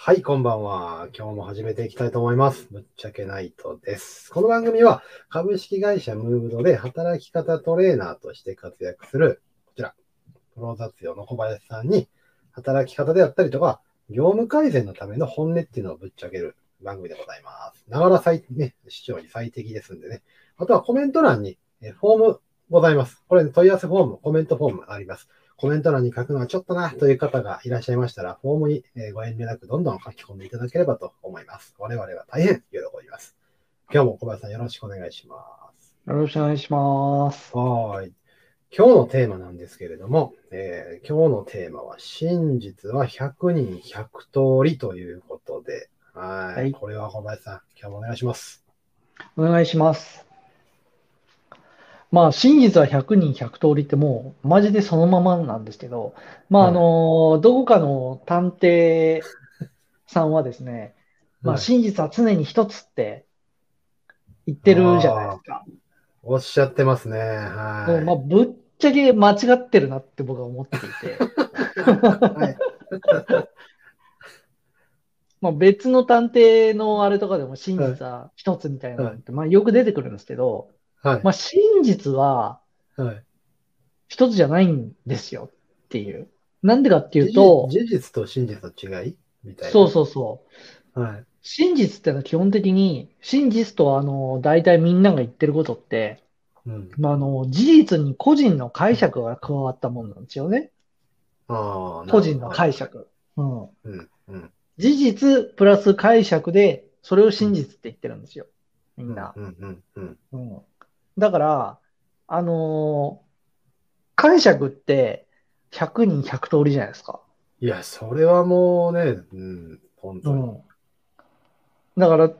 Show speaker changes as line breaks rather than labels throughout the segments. はい、こんばんは。今日も始めていきたいと思います。ぶっちゃけナイトです。この番組は株式会社ムーブドで働き方トレーナーとして活躍する、こちら、プロ雑用の小林さんに、働き方であったりとか、業務改善のための本音っていうのをぶっちゃける番組でございます。ながら最、ね、視聴に最適ですんでね。あとはコメント欄に、えフォームございます。これ、問い合わせフォーム、コメントフォームあります。コメント欄に書くのはちょっとなという方がいらっしゃいましたら、フォームにえーご遠慮なくどんどん書き込んでいただければと思います。我々は大変喜びます。今日も小林さんよろしくお願いします。
よろしくお願いします。
はーい。今日のテーマなんですけれども、えー今日のテーマは真実は100人100通りということで、はーい
はい
これは小林さん、今日もお願いします。
お願いします。まあ、真実は100人100通りってもう、マジでそのままなんですけど、まあ、
はい
あの、どこかの探偵さんはですね、まあ、
はい
真実は常に一つって言ってるじゃないですか。
おっしゃってますね。
もうまあ、
は
ぶっちゃけ間違ってるなって僕は思って いて、
い。はい。
まあ、別の探偵のあれとかでも真実は一つみたいなのって、まあ、よく出てくるんですけど、
はい。
まあ、真実は、
はい、
一つじゃないんですよっていう。なんでかっていうと、
事実事実と真実の違いみたいな。
そうそうそう。
はい。
真実ってのは基本的に、真実とはあの、大体みんなが言ってることって、
うん。
まあ、あの、事実に個人の解釈が加わったもんなんですよね。
ああ、
個人の解
釈。
釈。うん。
うん。うん。
事実プラス解釈で、それを真実って言ってるんですよ。みんな。
うん。うん。うん。
うん。だから、あのー解釈って100人100通りじゃないですか。
いや、それはもうね、うん、本当に。
だから、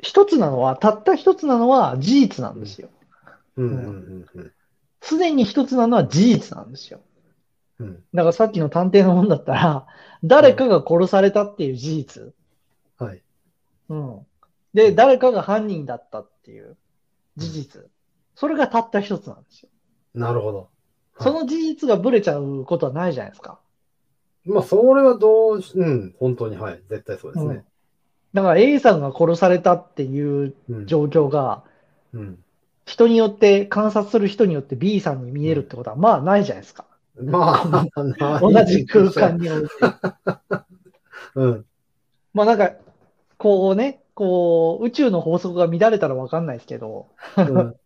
一つなのは、たった一つなのは事実なんですよ。
うん。うん。うん。うん
すでに一つなのは事実なんですよ。
うん。
だからさっきの探偵のもんだったら、 誰かが殺されたっていう事実。
はい。
うん。で、誰かが犯人だったっていう事実。それがたった一つなんですよ。
なるほど。はい
その事実がブレちゃうことはないじゃないですか。
まあ、それはどうし、うん、本当に、はい。絶対そうです
う
ね
ん。だから A さんが殺されたっていう
うん。
状況が、
うん
人によって、観察する人によって B さんに見えるってことは、まあないじゃないですか。
まあ、ない
同じ空間。において。
うん。
まあなんか、こうね、こう、宇宙の法則が乱れたらわかんないですけど、
うん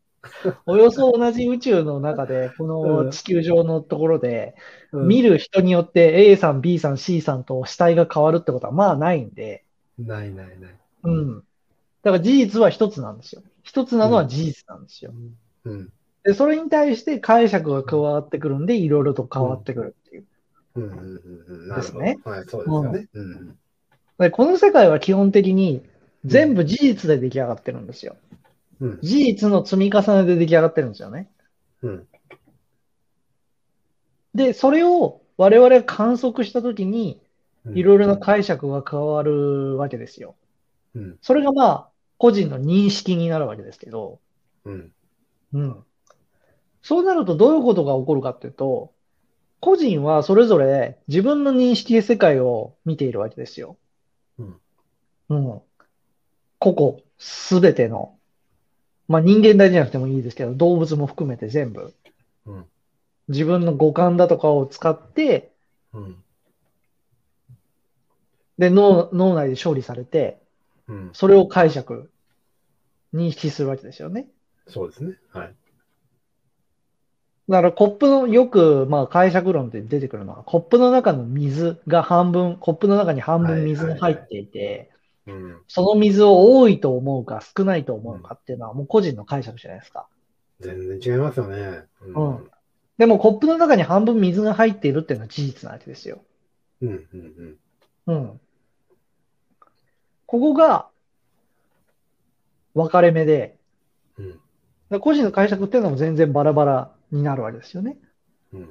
およそ同じ宇宙の中で、こ
うん
の地球上のところで、
うん
見る人によって A さん、B さん、C さんと死体が変わるってことは、まあないんで、
ないないない。
うん。だから事実は一つなんですよ。一つなのは事実なんですよ。
うん。
で、それに対して解釈が加わってくるんで、いろいろと変わってくるっていう。
うん。うん。うん。な
で
る
す
ほど。
ね
はい、そうですよね。うん。
でこの世界は基本的に全部事実で出来上がってるんですよ。
うん。
事実の積み重ねで出来上がってるんですよね。
うん。
で、それを我々が観測したときに、
うん
いろいろな解釈が加わるわけですよ。
うん。
それがまあ、個人の認識になるわけですけど、
うん。
うん。そうなるとどういうことが起こるかっていうと、個人はそれぞれ自分の認識で世界を見ているわけですよ。
うん。
うん。個々、すべての。まあ人間だけじゃなくてもいいですけど、動物も含めて全部。
うん
自分の五感だとかを使って、
うん。
で、脳脳内で処理されて、
うん。
それを解釈、認識するわけですよね。
そうですね。はい。
だからコップの、よく、まあ解釈論で出てくるのは、コップの中の水が半分、コップの中に半
はい
分水が入
はい
っていて、
うん。
その水を多いと思うか少ないと思うかっていうのはもう個人の解釈じゃないですか。
全然違いますよね。
うんでもコップの中に半分水が入っているっていうのは事実なわけですよ。
うんうんうん
うん。ここが分かれ目で、
うん
だから個人の解釈っていうのも全然バラバラになるわけですよね。
うん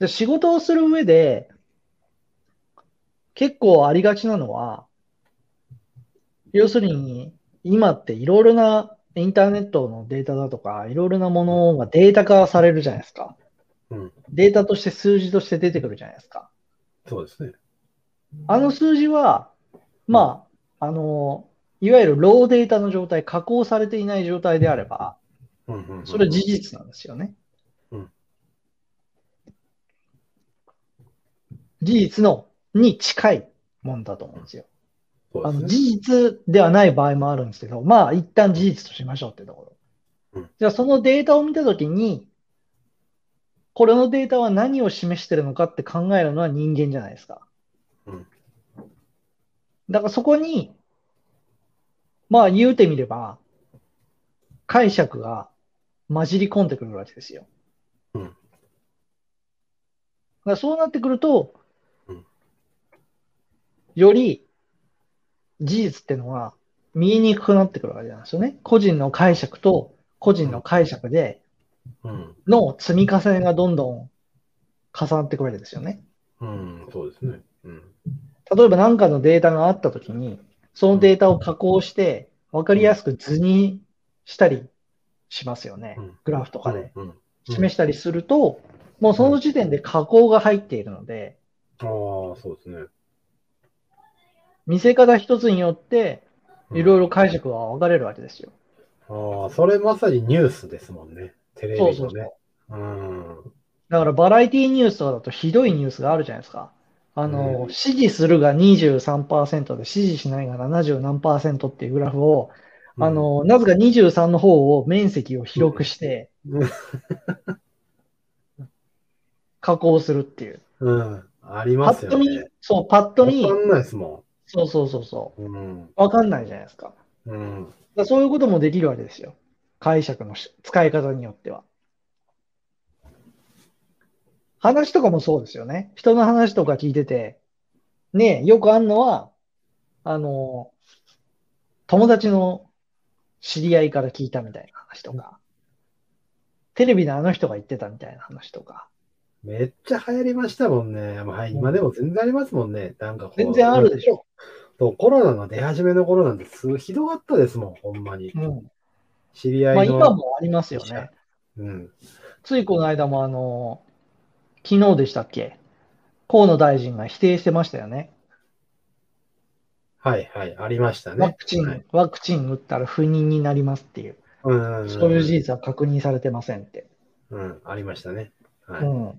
で仕事をする上で、結構ありがちなのは、要するに、今っていろいろなインターネットのデータだとか、いろいろなものがデータ化されるじゃないですか
うん。
データとして数字として出てくるじゃないですか。
そうですね。
あの数字は、まあ、あの、いわゆるローデータの状態、加工されていない状態であれば、
うんうんうん
それは事実なんですよね。
うん
事実のに近いもんだと思うんですよ。
そう
あの
で
事
すね
実ではない場合もあるんですけど、まあ一旦事実としましょうってとこ
う
ろ
ん。
じゃあそのデータを見たときに、これのデータは何を示してるのかって考えるのは人間じゃないですか
うん。
だからそこに、まあ言うてみれば、解釈が混じり込んでくるわけですよ。
うん
だからそうなってくると
うん、
より事実ってのは見えにくくなってくるわけなんですよね。個人の解釈と個人の解釈で
うん。
の積み重ねがどんどん重なってくるわけですよね。
うん、そうですね。うん。
例えば何かのデータがあったときに、そのデータを加工して分かりやすく図にしたりしますよね
うん。
グラフとかで
うん。うん
示したりすると、もうその時点で加工が入っているので、
ああ、そうですね。
見せ方一つによっていろい
ろ。
ろ解釈が分かれるわけですよ。
ああ、それまさにニュースですもんね。テレビのね。
そうそうそう
うん。
だからバラエティニュースとかだとひどいニュースがあるじゃないですか。あの、支持するが23%で支持しないが70何パーセントっていうグラフを、あ、の、なぜか23の方を面積を広くして
うん、
加工するっていう。
うん。あり
パ
ます
ッと
よ
見
ね。、
そう、パッと見
わ、かんないですも
そうそうそうそ
ん。うん。
う、わかんないじゃないですか。だか
うん。
らそういうこともできるわけですよ。解釈のし使い方によっては。話とかもそうですよね。人の話とか聞いてて、ねえよくあんのは、あの、友達の知り合いから聞いたみたいな話とか、テレビのあの人が言ってたみたいな話とか、
めっちゃ流行りましたもんね。まあ、今でも全然ありますもんね。なんかこう
全然あるでしょ。
そうコロナの出始めの頃なんてすごいひどかったですもん、ほんまに。
うん。
知り
まあ
合いの。
今もありますよ
いや
ね。
うん。
ついこの間もあの、昨日でしたっけ河野大臣が否定してましたよね。
はいはい、ありましたね。
ワクチン、
はい
ワクチン打ったら不妊になりますっていう、
うん。
そういう事実は確認されてませんって。
うん、ありましたね。は
う
い。
ん。だ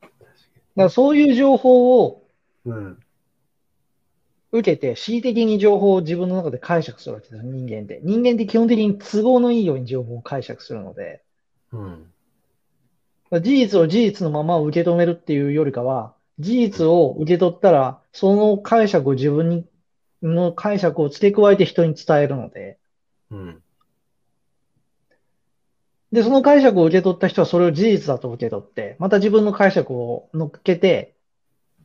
からそういう情報を
うん。
受けて、恣意的に情報を自分の中で解釈するわけですよ、人間って。人間って基本的に都合のいいように情報を解釈するので、
うん。
事実を事実のまま受け止めるっていうよりかは、事実を受け取ったら、その解釈を自分に、の解釈を付け加えて人に伝えるので、
うん。
で、その解釈を受け取った人はそれを事実だと受け取って、また自分の解釈を乗っけて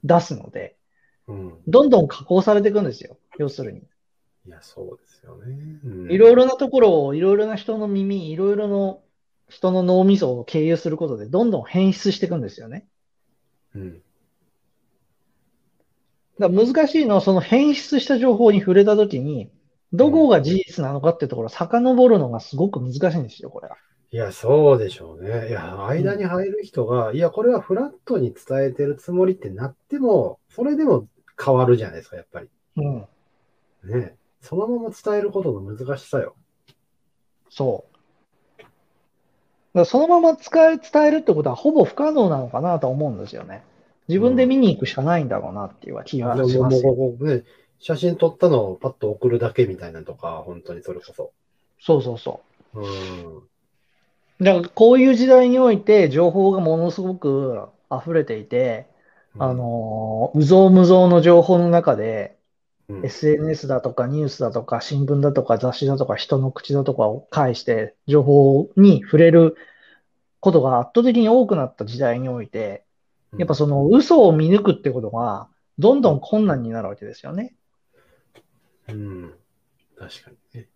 出すので、
うん。
どんどん加工されていくんですよ。要するに。
いや、そうですよね。うん
いろいろなところを、いろいろな人の耳、いろいろの人の脳みそを経由することで、どんどん変質していくんですよね。
うん。
だから難しいのは、その変質した情報に触れたときに、どこが事実なのかっていうところを遡るのがすごく難しいんですよ、これは。
いや、そうでしょうね。いや、間に入る人が、いや、これはフラットに伝えてるつもりってなっても、それでも変わるじゃないですか、やっぱり。
うん。
ね。そのまま伝えることの難しさよ。
そう。だからそのまま使え伝えるってことはほぼ不可能なのかなと思うんですよね。自分で見に行くしかないんだろうなっていう気
い
は
もう
しますよ。
もうね、写真撮ったのをパッと送るだけみたいなのとか、本当にそれこそ。
そうそうそ
うん。
う。だからこういう時代において情報がものすごく溢れていて、あのー、うぞうむぞうの情報の中で、
うん、うん
SNS だとかニュースだとか新聞だとか雑誌だとか人の口だとかを介して情報に触れることが圧倒的に多くなった時代において、やっぱその嘘を見抜くってことが、どんどん困難になるわけですよね。
うん。確かにね。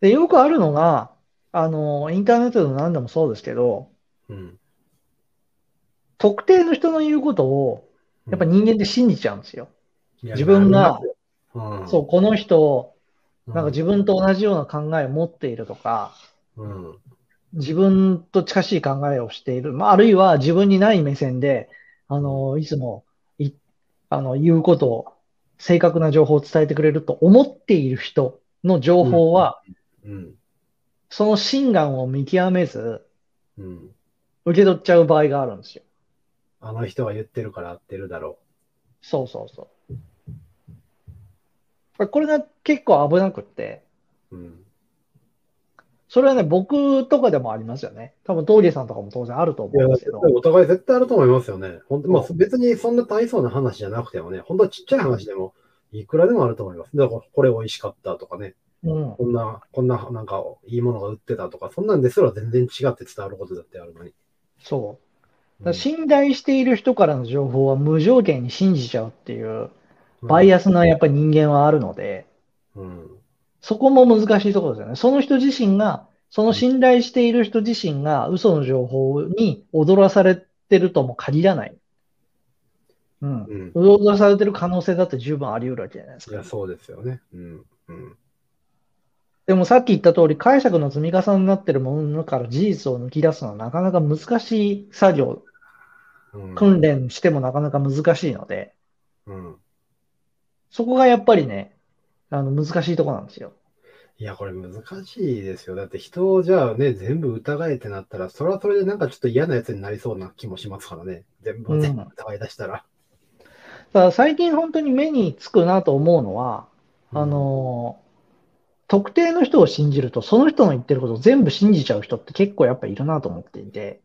で、よくあるのが、あの、インターネットでも何でもそうですけど、
うん。
特定の人の言うことを、やっぱ人間って信じちゃうんですよ。
いや
自分が、、
うん
そう、この人、
う
なんか自分と同じような考えを持っているとか、
うん。
自分と近しい考えをしている、まあ、あるいは自分にない目線で、あの、いつも、い、あの、言うことを、正確な情報を伝えてくれると思っている人の情報は、
うん。
その真贋を見極めず、
うん。
受け取っちゃう場合があるんですよ。
あの人は言ってるから合ってるだろ
そうそうそう。これが結構危なくって、
う。うん。
それはね、僕とかでもありますよね。多分、峠さんとかも当然あると思
いや、
うんですけ
絶
ど。
対お互い絶対あると思いますよね。本当まあ別にそんな大層な話じゃなくてもね、本当はちっちゃい話でも、いくらでもあると思います。だからこれ美味しかったとかね、
うん。
こんな、こんな、なんかいいものが売ってたとか、そんなんですら全然違って伝わることだってあるのに。
そう
ん
う。だから信頼している人からの情報は無条件に信じちゃうっていう、バイアスなやっぱり人間はあるので、
うん。
そこも難しいところですよね。その人自身が、その信頼している人自身が嘘の情報に踊らされてるとも限らない。うん。
うん。
踊らされてる可能性だって十分あり得るわけじゃないです
い
か
や、。そうですよね。うん。うん。
でもさっき言った通り、解釈の積み重ねになってるものから事実を抜き出すのはなかなか難しい作業、
うん。
訓練してもなかなか難しいので、
うん。
そこがやっぱりね、あの難しいところなんですよ。
いや、これ難しいですよ。だって人をじゃあね、全部疑えってなったら、それはそれでなんかちょっと嫌なやつになりそうな気もしますからね。全
う
部、
ん
全部疑い出したら。
ただ最近本当に目につくなと思うのは、
うん
あ、のー特定の人を信じると、その人の言ってることを全部信じちゃう人って結構やっぱいるなと思っていて、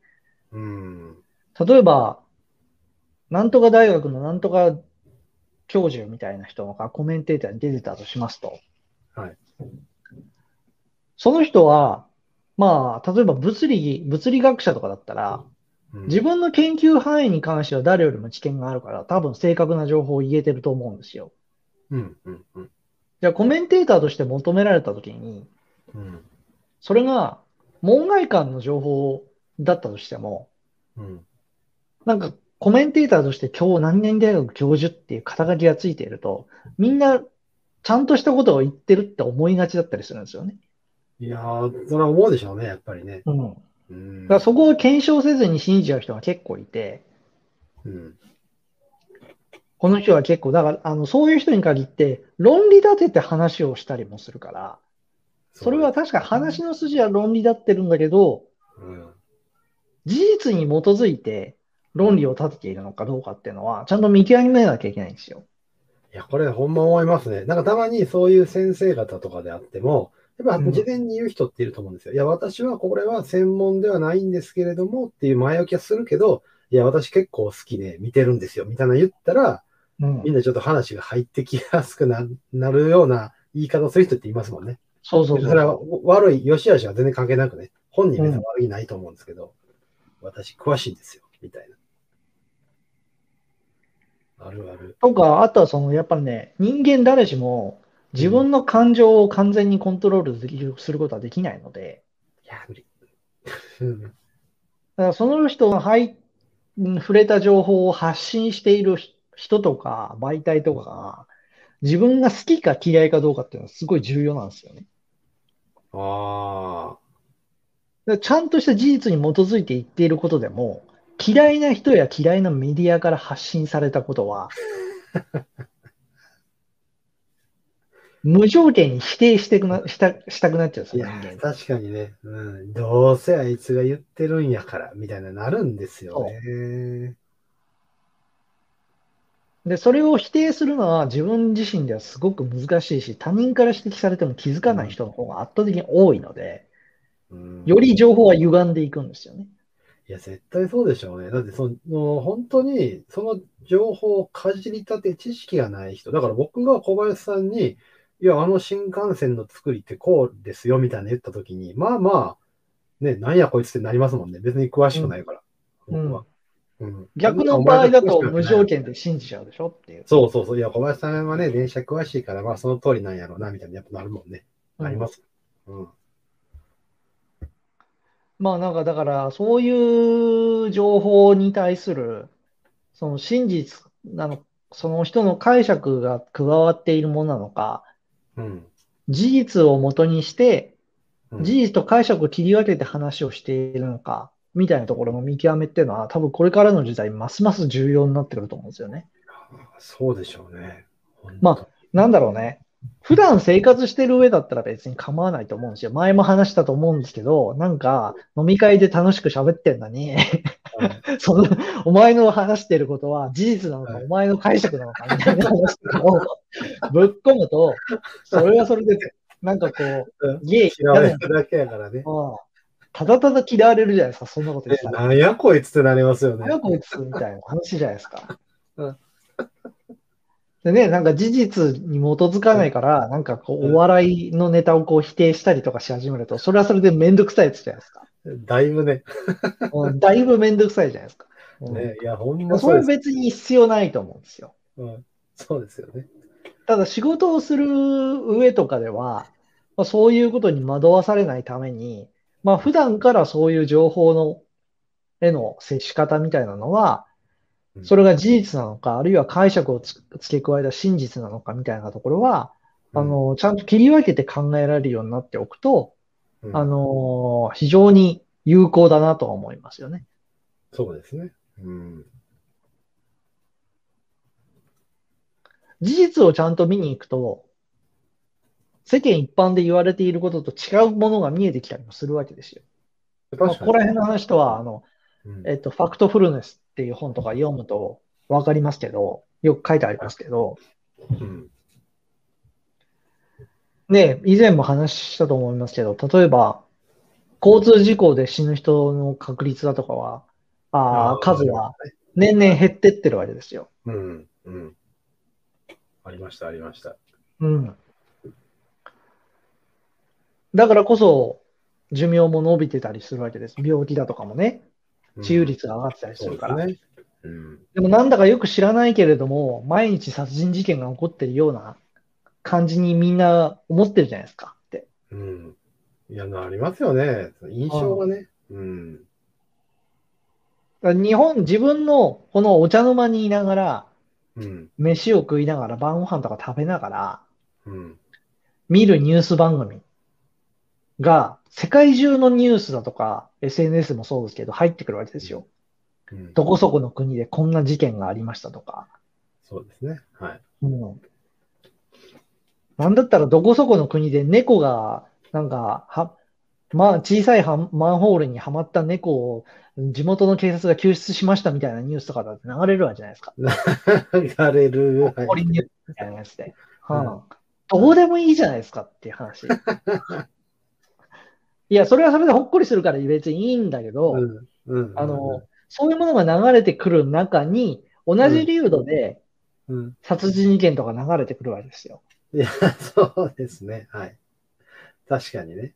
うん。
例えば、なんとか大学のなんとか教授みたいな人がコメンテーターに出てたとしますと、
はい
その人は、まあ、例えば物理、物理学者とかだったら、
うん
自分の研究範囲に関しては誰よりも知見があるから、多分正確な情報を言えてると思うんですよ。
うん。うん。うん。
じゃあコメンテーターとして求められたときに、
うん。
それが門外観の情報だったとしても、
うん。
なんかコメンテーターとして今日何々大学教授っていう肩書きがついていると、みんなちゃんとしたことを言ってるって思いがちだったりするんですよね。
いやー、それは思うでしょうね、やっぱりね。
うん。だ
うん。
からそこを検証せずに信じちゃう人が結構いて、
うん。
この人は結構、だから、あの、そういう人に限って、論理立てて話をしたりもするから、それは、確か話の筋は論理立ってるんだけど、
うん。
事実に基づいて論理を立てているのかどうかっていうのは、ちゃんと見極めなきゃいけないんですよ。
いや、これほんま思いますね。なんかたまにそういう先生方とかであっても、やっ
うん
ぱ事前に言う人っていると思うんですよ。いや、私はこれは専門ではないんですけれどもっていう前置きはするけど、いや、私結構好きで見てるんですよ、みたいな言ったら、
うん
みんなちょっと話が入ってきやすくななるような言い方をする人っていますもんね。
そうそ
そう
そう
れは悪い、良し悪しは全然関係なくね。本人別に悪いないと思うんですけど、私詳しいんですよ、みたいな。あるある。
とか、あとはその、やっぱりね、人間誰しも自分の感情を完全にコントロールできる、することはできないので、
いや、無理。 うん
だからその人の入っうん触れた情報を発信しているひ人とか媒体とかが、自分が好きか嫌いかどうかっていうのはすごい重要なんですよね。
あ
だからちゃんとした事実に基づいて言っていることでも、嫌いな人や嫌いなメディアから発信されたことは、 無条件に否定してくなしたしたくなっちゃうんです
あ。い
よ、
や
人間、
確かにね、うん。どうせあいつが言ってるんやから、みたいななるんですよね。
で、それを否定するのは自分自身ではすごく難しいし、他人から指摘されても気づかない人の方が圧倒的に多いので、
うん
より情報は歪んでいくんですよね。
いや、絶対そうでしょうね。だってその、本当に、その情報をかじり立て知識がない人。だから僕が小林さんに、いや、あの新幹線の作りってこうですよ、みたいな言った時に、まあまあ、ね、なんやこいつってなりますもんね。別に詳しくないから。
うん
僕は。うん
逆の場合だと無条
件
件で信じちゃうでしょっていう。
そうそうそう。いや、小林さんはね、電車詳しいから、まあその通りなんやろうな、みたいな、やっぱなるもんね。
うん
なります。うん。
まあなんかだから、そういう情報に対する、その真実なの、その人の解釈が加わっているものなのか、
うん。
事実をもとにして、
うん
事実と解釈を切り分けて話をしているのか、みたいなところの見極めっていうのは、多分これからの時代、ますます重要になってくると思うんですよね。
そうでしょうね。
まあなんだろうね。普段生活してる上だったら別に構わないと思うんですよ。前も話したと思うんですけど、なんか飲み会で楽しく喋ってんのに、 その、お前の話してることは事実なのか、
はい
お前の解釈なのかみたいな話とかを ぶっ込むと、それはそれで、なんかこう、ゲ
嫌
イ嫌
われ
な
てるだけやからね。
のかただただ嫌われるじゃないですか、そんなこと言って
え
たら。
なんやこいつってなりますよね
何。やこいつみたいな話じゃないですか
うん。
でね、なんか事実に基づかないから、なんかこ
う
う、
ん
お笑いのネタをこう否定したりとかし始めると、それはそれでめんどくさいやつじゃ ないですか。
だいぶね。
うんだいぶめんどくさいじゃないですか。うん
ねいや、ほん
まあ
ま
そ
そう
れ
で
は
す。
別に必要ないと思うんですよ。
うん、そうですよね。
ただ仕事をする上とかでは、まあ、そういうことに惑わされないために、まあ普段からそういう情報のへの接し方みたいなのは
う、ん
それが事実なのか、あるいは解釈をつ付け加えた真実なのかみたいなところは、あの、ちゃんと切り分けて考えられるようになっておくと、
うん、
あの、非常に有効だなとは思いますよね。
そうですね。うん。
事実をちゃんと見に行くと、世間一般で言われていることと違うものが見えてきたりもするわけですよ。まあ
確か
こ
に
こら辺の話とは、あの、
うん
えっと、ファクトフルネスっていう本とか読むと分かりますけど、よく書いてありますけど、
うん
ね、以前も話したと思いますけど、例えば、交通事故で死ぬ人の確率だとかは、あ
あー
ー数は年々減ってってるわけですよ。
うん。うん。ありました、ありました。
うん。だからこそ、寿命も伸びてたりするわけです。病気だとかもね、
うん
治癒率が上がってたりす
そう
る
で
から。
すね。うん。
でもなんだかよく知らないけれども、毎日殺人事件が起こってるような感じにみんな思ってるじゃないですかって。
うん。いや、なりますよね。印象がね。うん。
だから日本、自分のこのお茶の間にいながら、
うん。
飯を食いながら、晩ご飯とか食べながら、
うん。
見るニュース番組が、世界中のニュースだとか、SNS もそうですけど、入ってくるわけですよ。
うん
どこそこの国でこんな事件がありましたとか。
そうですね。はい。
うん。なんだったらどこそこの国で猫が、なんか、は、まあ小さいはマンホールにはまった猫を地元の警察が救出しましたみたいなニュースとかだって流れるわけじゃないですか。
流れる。はい
誇りニュースみたいなやつで。
うん
うんどうでもいいじゃないですかっていう 話。いや、それはそれでほっこりするから別にいいんだけど、
うんうん。
あの、そういうものが流れてくる中に、同じ流度で
うん、
殺人事件とか流れてくるわけですよ。
いや、そうですね。はい。確かにね。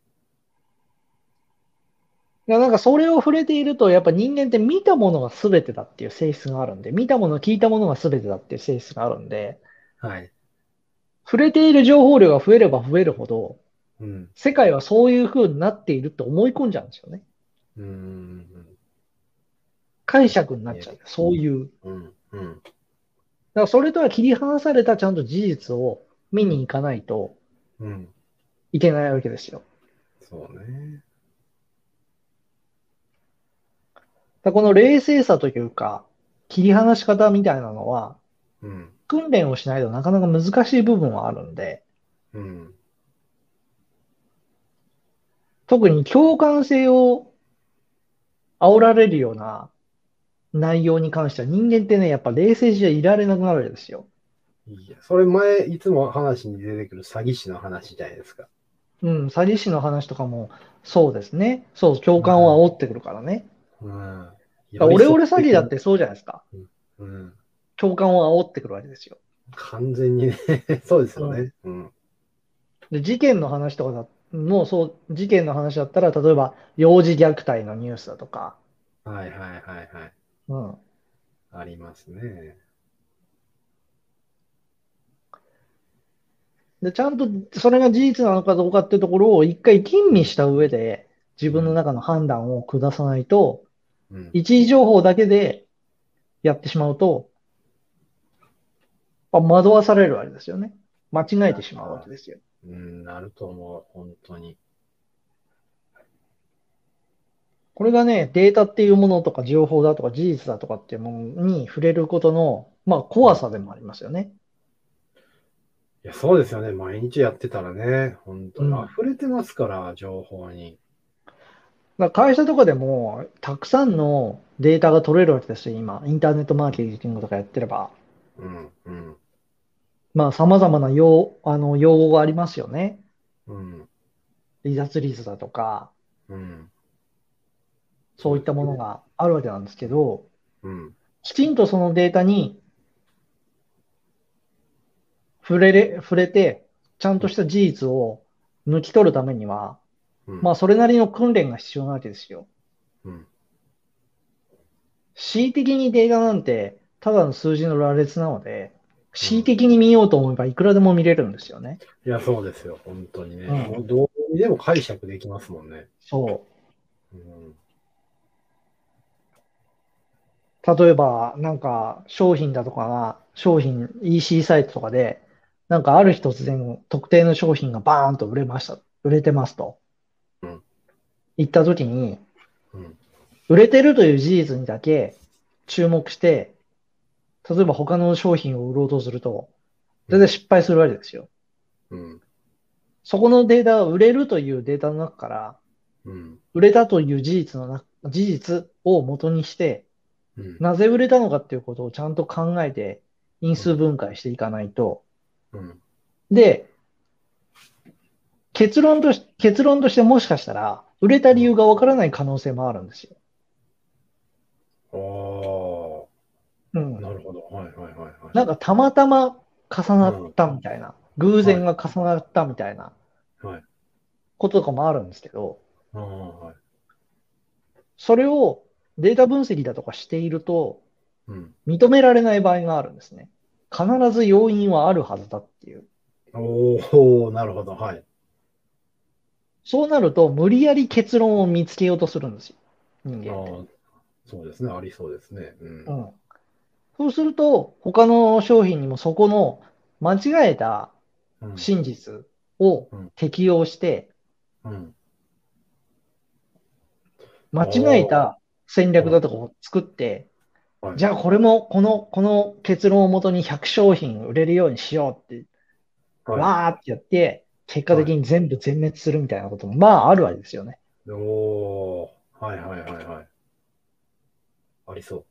いや、なんかそれを触れていると、やっぱ人間って見たものが全てだっていう性質があるんで、見たもの、聞いたものが全てだっていう性質があるんで、
はい。
触れている情報量が増えれば増えるほど、
うん。
世界はそういう風になっていると思い込んじゃうんですよね。
うん。
解釈になっちゃう。そういう。
うん。うん。
だからそれとは切り離されたちゃんと事実を見に行かないと
うん。
いけないわけですよ。
そうね。
だからこの冷静さというか、切り離し方みたいなのは、
うん。
訓練をしないとなかなか難しい部分はあるんで、
うん。
特に共感性を煽られるような内容に関しては人間ってね、やっぱ冷静じゃいられなくなるんですよ。
いや、それ前、いつも話に出てくる詐欺師の話じゃないですか。
うん、詐欺師の話とかもそうですね。そう、共感を煽ってくるからね。
うん。
だからオレオレ詐欺だっ。てそうじゃないですか。
うん。
共感を煽ってくるわけですよ。
完全にね、 そうですよね。うん。
で、事件の話とかだ、もうそう、事件の話だったら、例えば幼児虐待のニュースだとか、
はいはいはいはい。
うん。
ありますね。
で、ちゃんとそれが事実なのかどうかっていうところを一回吟味した上で、自分の中の判断を下さないと、
うん。
一時情報だけでやってしまうと、まあ惑わされるわけですよね。間違えてしまうわけですよ。
うん、なると思う。本当に。
これがね、データっていうものとか情報だとか事実だとかっていうものに触れることの、まあ、怖さでもありますよね。
いや、そうですよね。毎日やってたらね、本当に
うん
溢れてますから、情報に。
だから会社とかでも、たくさんのデータが取れるわけですよ、今。インターネットマーケティングとかやってれば。
うん、うん、
まあ、様々な用、あの、用語がありますよね。
うん、
離脱率だとか、
うん、
そういったものがあるわけなんですけど、
うん、
きちんとそのデータに触れれ、触れて、ちゃんとした事実を抜き取るためには、
うん。
まあ、それなりの訓練が必要なわけですよ。
うん、
恣意的にデータなんて、ただの数字の羅列なので、恣意的に見ようと思えばいくらでも見れるんですよね。
いや、そうですよ。本当にね。
うん
もうどうにでも解釈できますもんね。
そ
うん、
う。例えば、なんか、商品だとかが、商品 EC サイトとかで、なんかある日突然、特定の商品がバーンと売れました、売れてますと
うん。
言った時に、
うん、
売れてるという事実にだけ注目して、例えば他の商品を売ろうとすると、全然失敗するわけですよ。
うん、
そこのデータは売れるというデータの中から、
うん、
売れたという事実のな、事実を元にして、
うん、
なぜ売れたのかっていうことをちゃんと考えて、因数分解していかないと。
うん、
で、結論とし、結論としてもしかしたら、売れた理由がわからない可能性もあるんですよ。
あー
うん。
なるほど。はい、はい、はい、はい。
なんかたまたま重なったみたいな、偶然が重なったみたいな
はい
こととかもあるんですけど、
あーはい。
それをデータ分析だとかしていると
うん。
認められない場合があるんですね。必ず要因はあるはずだっていう。
おおなるほど。はい。
そうなると無理やり結論を見つけようとするんですよ、人
あ
間って。
ーそうですね。ありそうですね。うん。
うん、そうすると他の商品にもそこの間違えた
うん。
真実を適用して、
うん。
間違えた戦略だとかを作って
おーは、い
じゃあこれも、この、この結論をもとに100商品売れるようにしようって、
は
わーってやって、結果的に全部全滅するみたいなことも、まああるわけですよね。
い。おおーはい、はい、はい、はい。ありそ
だ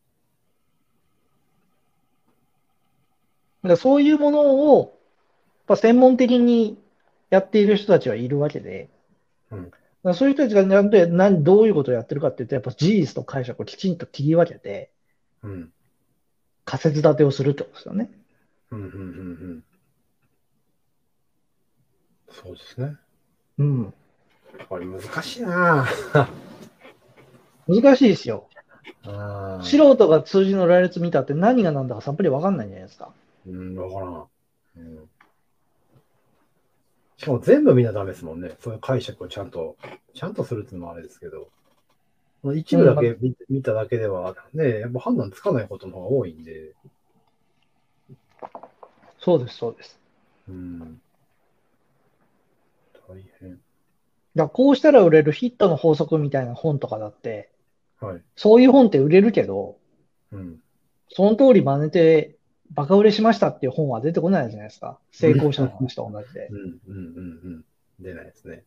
からそういうものを、やっぱ専門的にやっている人たちはいるわけで、
うん
だからそういう人たちがなんで、なんどういうことをやってるかっていうと、やっぱ事実と解釈をきちんと切り分けて、
う。うん。
仮説立てをするってことですよね。
うん、うん、うん、うん。そうですね。
うん。
これ難しいな
難しいですよ。
あー
素人が数字の羅列見たって何が何だかさっぱり分かんないじゃないですか。
うん、わからん。うん。しかも全部みんなダメですもんね。そういう解釈をちゃんと、ちゃんとするっていうのもあれですけど。まあ一部だけ見,、見ただけでは、ね、やっぱ判断つかないことの方が多いんで。
そうです、そうです。
うん。大変。
だからこうしたら売れるヒットの法則みたいな本とかだって、
はい。
そういう本って売れるけど、
うん。
その通り真似てバカ売れしましたっていう本は出てこないじゃないですか。成功者の話と同じで
う。ん、うん、うん、うん。出ないですね。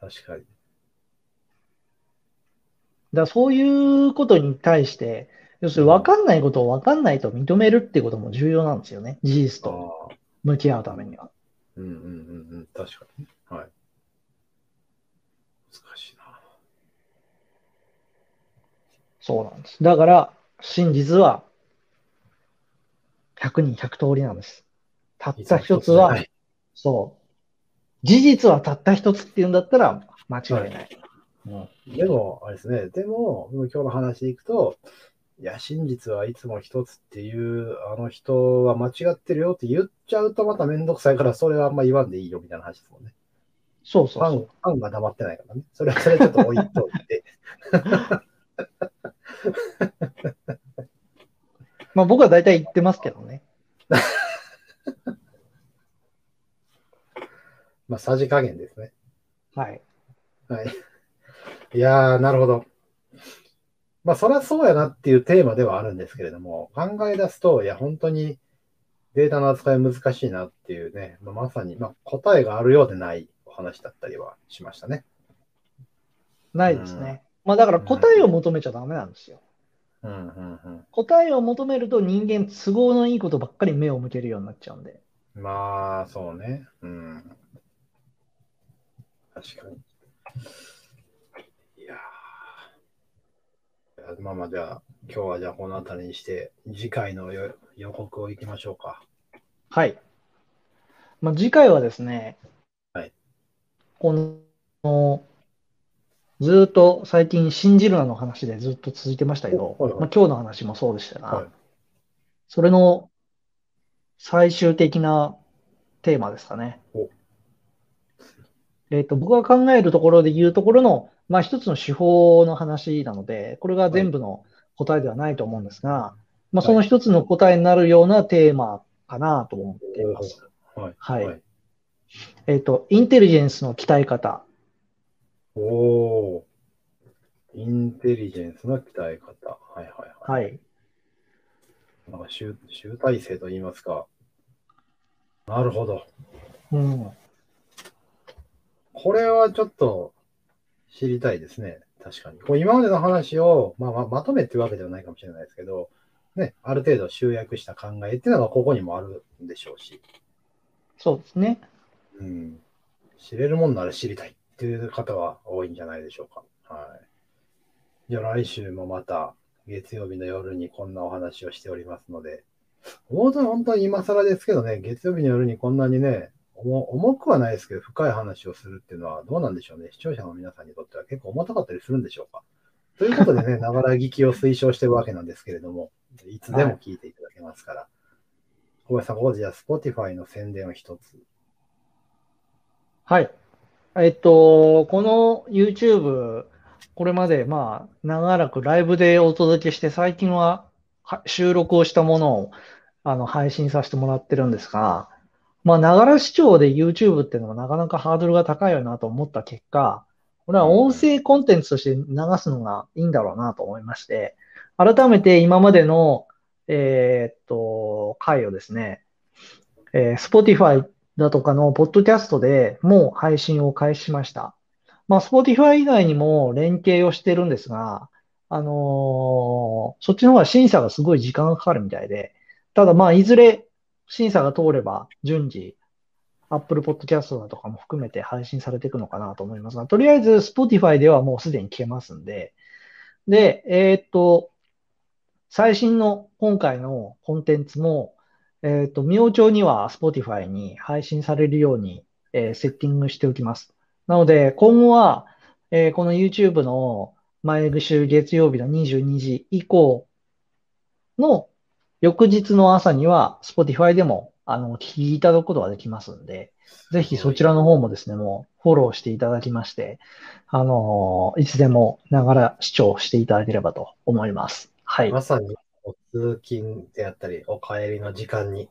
確かに。
だからそういうことに対して、要するに分かんないことを分かんないと認めるってことも重要なんですよね。事実
ああ
と。向き合うためには。
うん、うん、うん、うん。確かにね。はい。難しいな
そうなんです。だから、真実は100人100通りなんです。たった一つは、
い
そう。事実はたった一つっていうんだったら間違いない。
でも、あれですね、でも、今日の話でいくと、いや、真実はいつも一つっていう、あの人は間違ってるよって言っちゃうとまためんどくさいから、それはあんま言わんでいいよみたいな話ですもんね。
そう
フ
そう
ァ
そ
ン
う。、
ファンが黙ってないからね。それは、それちょっと置いといて。
まあ僕は大体言ってますけどね。
まあ、さじ加減ですね。
はい。
はい。いやー、なるほど。まあ、そりゃそうやなっていうテーマではあるんですけれども、考え出すと、いや、本当にデータの扱い難しいなっていうね、まあ、まさに、まあ、答えがあるようでないお話だったりはしましたね。
ないですね。まあだから答えを求めちゃダメなんですよ。
うんうん
答えを求めると人間都合のいいことばっかり目を向けるようになっちゃうんで。
うん。まあ、そうね。うん。確かに。いやーいやまあまあ、じゃあ、今日はじゃあこの辺りにして、次回の予予告をいきましょうか。
はい。まあ次回はですね、
はい
この、ずーっと最近信じるなの話でずっと続いてましたけど、
おはいはい
まあ、今日の話もそうでしたが、
はい
それの最終的なテーマですかね
お。
えっと、僕が考えるところで言うところの、まあ、一つの手法の話なので、これが全部の答えではないと思うんですが、まあ、その一つの答えになるようなテーマかなと思っています。
はい。
はい
はい、
えっと、インテリジェンスの鍛え方。
おおー。インテリジェンスの鍛え方。はいはいは
はい。
い。なんか集集大成と言いますか。なるほど。
うん。
これはちょっと知りたいですね。確かに。こう今までの話を、まあ、ままとめっていうわけではないかもしれないですけど、ね、ある程度集約した考えっていうのがここにもあるんでしょうし、
そうですね。
うん、知れるもんなら知りたいっていう方は多いんじゃないでしょうか。はい。じゃあ来週もまた月曜日の夜にこんなお話をしておりますので、本当に本当に今更ですけどね、月曜日の夜にこんなにね、重重くはないですけど、深い話をするっていうのはどうなんでしょうね。視聴者の皆さんにとっては結構重たかったりするんでしょうか。ということでね、ながら聞きを推奨してるわけなんですけれども、いつでも聞いていただけますから。小林さん、ここでじゃあ Spotify の宣伝を一つ。
はい。えっと、この YouTube、これまで、まあ、長らくライブでお届けして、最近はは収録をしたものを、あの、配信させてもらってるんですが、まあ、ながら視聴で YouTube っていうのはなかなかハードルが高いよなと思った結果、これは音声コンテンツとして流すのがいいんだろうなと思いまして、改めて今までの、えーっと、回をですね、えー Spotify だとかのポッドキャストでもう配信を開始しました。まあ、Spotify 以外にも連携をしてるんですが、あのーそっちの方が審査がすごい時間がかかるみたいで、ただまあ、いずれ審査が通れば順次、Apple Podcast だとかも含めて配信されていくのかなと思いますが、とりあえず Spotify ではもうすでに聞けますんで、で、えーっと、最新の今回のコンテンツも、えっと、明朝には Spotify に配信されるように、えーセッティングしておきます。なので、今後は、えーこの YouTube の毎週月曜日の22時以降の翌日の朝には Spotify でもあの、お聞きいただくことができますんで、ぜひそちらの方もですね、もうフォローしていただきまして、あのーいつでもながら視聴していただければと思います。はい。
まさにお通勤であったり、お帰りの時間に、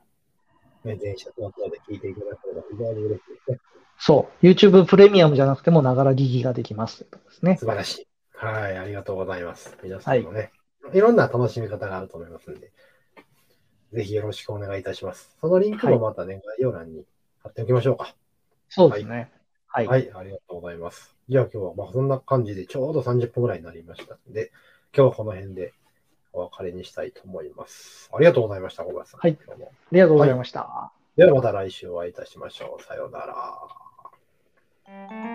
ね、電車の方で聞いていただければ非常に嬉しいですね。
そう。YouTube プレミアムじゃなくても、ながら聞きができますということですね。
素晴らしい。はい、ありがとうございます。皆さんもね、い、ろんな楽しみ方があると思いますので、ぜひよろしくお願いいたします。そのリンクもまたね、概要欄に貼っておきましょうか。
そうですね。はい。
はい、ありがとうございます。じゃあ今日はまあそんな感じでちょうど30分ぐらいになりましたので、今日はこの辺でお別れにしたいと思います。ありがとうございました、小林さん。
はい
今日も
ありがとうございました。
ではまた来週お会いいたしましょう。さようなら。
「